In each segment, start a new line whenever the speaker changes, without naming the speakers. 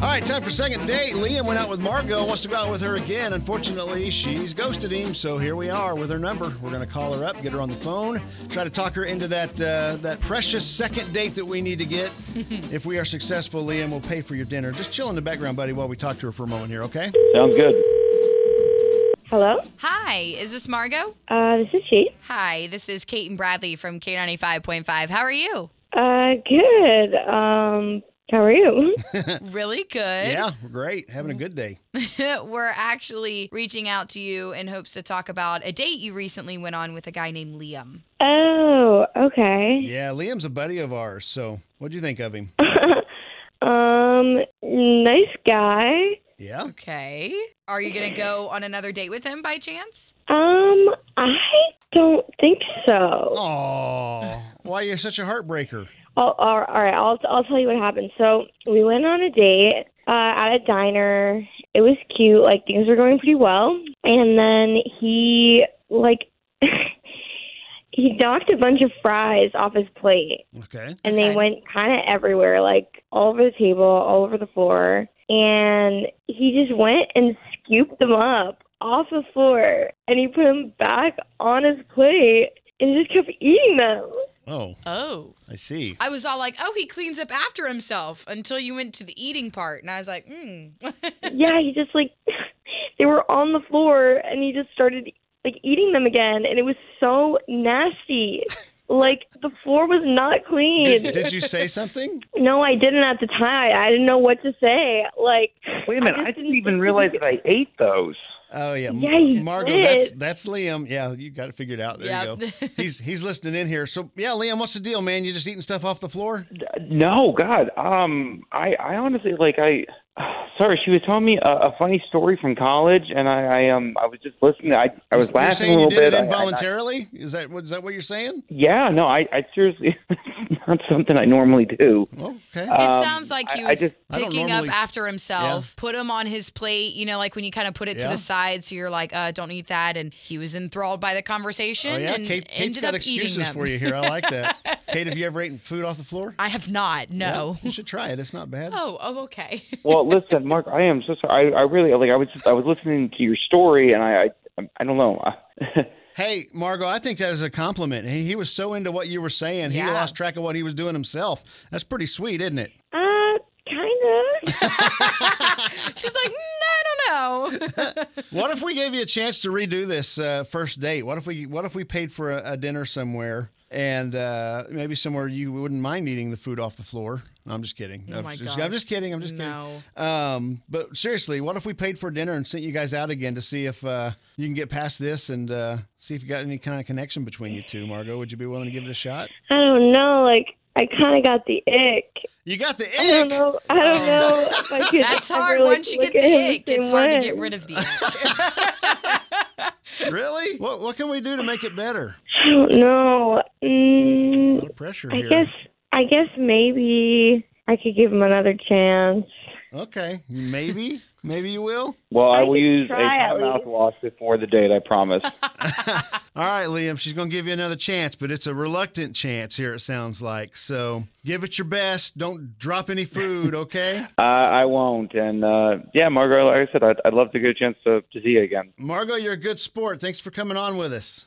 All right, time for second date. Liam went out with Margot, wants to go out with her again. Unfortunately, she's ghosted him, so here we are with her number. We're going to call her up, get her on the phone, try to talk her into that uh, that precious second date that we need to get. if we are successful, Liam will pay for your dinner. Just chill in the background, buddy, while we talk to her for a moment here, okay?
Sounds good.
Hello,
Hi, is this Margot?
uh, this is she.
Hi, this is Kate and Bradley from K95.5. How are you?
Uh, good. Um, how are you?
Really good.
Yeah, we're great. Having a good day.
We're actually reaching out to you in hopes to talk about a date you recently went on with a guy named Liam.
Oh, okay.
Yeah, Liam's a buddy of ours, so what do you think of him?
Um, nice guy.
Yeah?
Okay. Are you going to go on another date with him by chance?
Um, I don't think so.
Oh, why you're such a heartbreaker.
Oh, all all right, I'll I'll tell you what happened. So we went on a date uh, at a diner. It was cute. Like things were going pretty well, and then he like he knocked a bunch of fries off his plate.
Okay.
and
Okay.
they went kind of everywhere, like all over the table, all over the floor. And he just went and scooped them up off the floor, and he put them back on his plate, and just kept eating them.
Oh,
Oh.
I see.
I was all like, oh, he cleans up after himself until you went to the eating part. And I was like, hmm.
yeah, he just like they were on the floor, and he just started like eating them again, and it was so nasty. Like the floor was not clean.
Did, did you say something?
no, I didn't at the time. I didn't know what to say. Like,
Wait a minute, I
just
didn't even realize that I ate those.
Oh yeah, M-
Yeah, you
Margo,
did.
that's that's Liam. Yeah, you got it figured out. There you go.
Yep.
He's he's listening in here. So yeah, Liam, what's the deal, man? You just eating stuff off the floor?
No, God, um, I, I honestly like I. Sorry, she was telling me a, a funny story from college, and I, I, um, I was just listening. I, I was
You're
laughing a
saying you
little
did
bit.
it
I- I-
involuntarily? is that what is that what you're saying?
yeah, no, I, I seriously, it's not something I normally do.
Okay.
It
Um,
sounds like he
I- I
was
just-
I don't
picking
normally-
up after himself, put him on his plate, you know, like when you kind of put it to
Yeah.
the side so you're like, uh, don't eat that. And he was enthralled by the conversation
oh yeah,
and
Kate, Kate's
ended
got
up eating
excuses
them.
for you here. I like that. Kate, have you ever eaten food off the floor?
I have not,
Yeah,
no.
you should try it. It's not bad.
Oh, oh, okay.
Well, listen, Mark, I am so sorry. I, I really like. I was, just, I was listening to your story, and I, I, I don't know.
Hey, Margo, I think that is a compliment. He, he was so into what you were saying, he
Yeah.
lost track of what he was doing himself. That's pretty sweet, isn't it?
Uh, kind of.
She's like, "Mm, I don't know.
What if we gave you a chance to redo this uh, first date? What if we What if we paid for a, a dinner somewhere and uh, maybe somewhere you wouldn't mind eating the food off the floor? No, I'm just kidding. No,
Oh my
I'm, just,
gosh.
I'm just kidding. I'm just
No.
kidding. Um, but seriously, what if we paid for dinner and sent you guys out again to see if uh, you can get past this and uh, see if you got any kind of connection between you two? Margot, would you be willing to give it a shot?
I don't know. Like, I kind of got the ick.
You got the ick.
I don't know. I don't know if I could.
That's
ever,
hard
like,
once you
look
get
at
the
him
ick. It's
same
hard to
way.
get rid of the ick.
Really? What What can we do to make it better?
I don't know.
A
Mm,
lot of pressure
I
here.
guess. I guess maybe I could give him another chance.
Okay, maybe, maybe you will.
Well, I,
I
will
can
use a
try at
hand
least.
mouthwash before the date. I promise.
All right, Liam, she's going to give you another chance, but it's a reluctant chance here, it sounds like. So give it your best. Don't drop any food, okay?
Uh, I won't. And uh, yeah, Margaret, like I said, I'd, I'd love to get a chance to, to see you again.
Margot, you're a good sport. Thanks for coming on with us.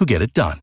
who get it done.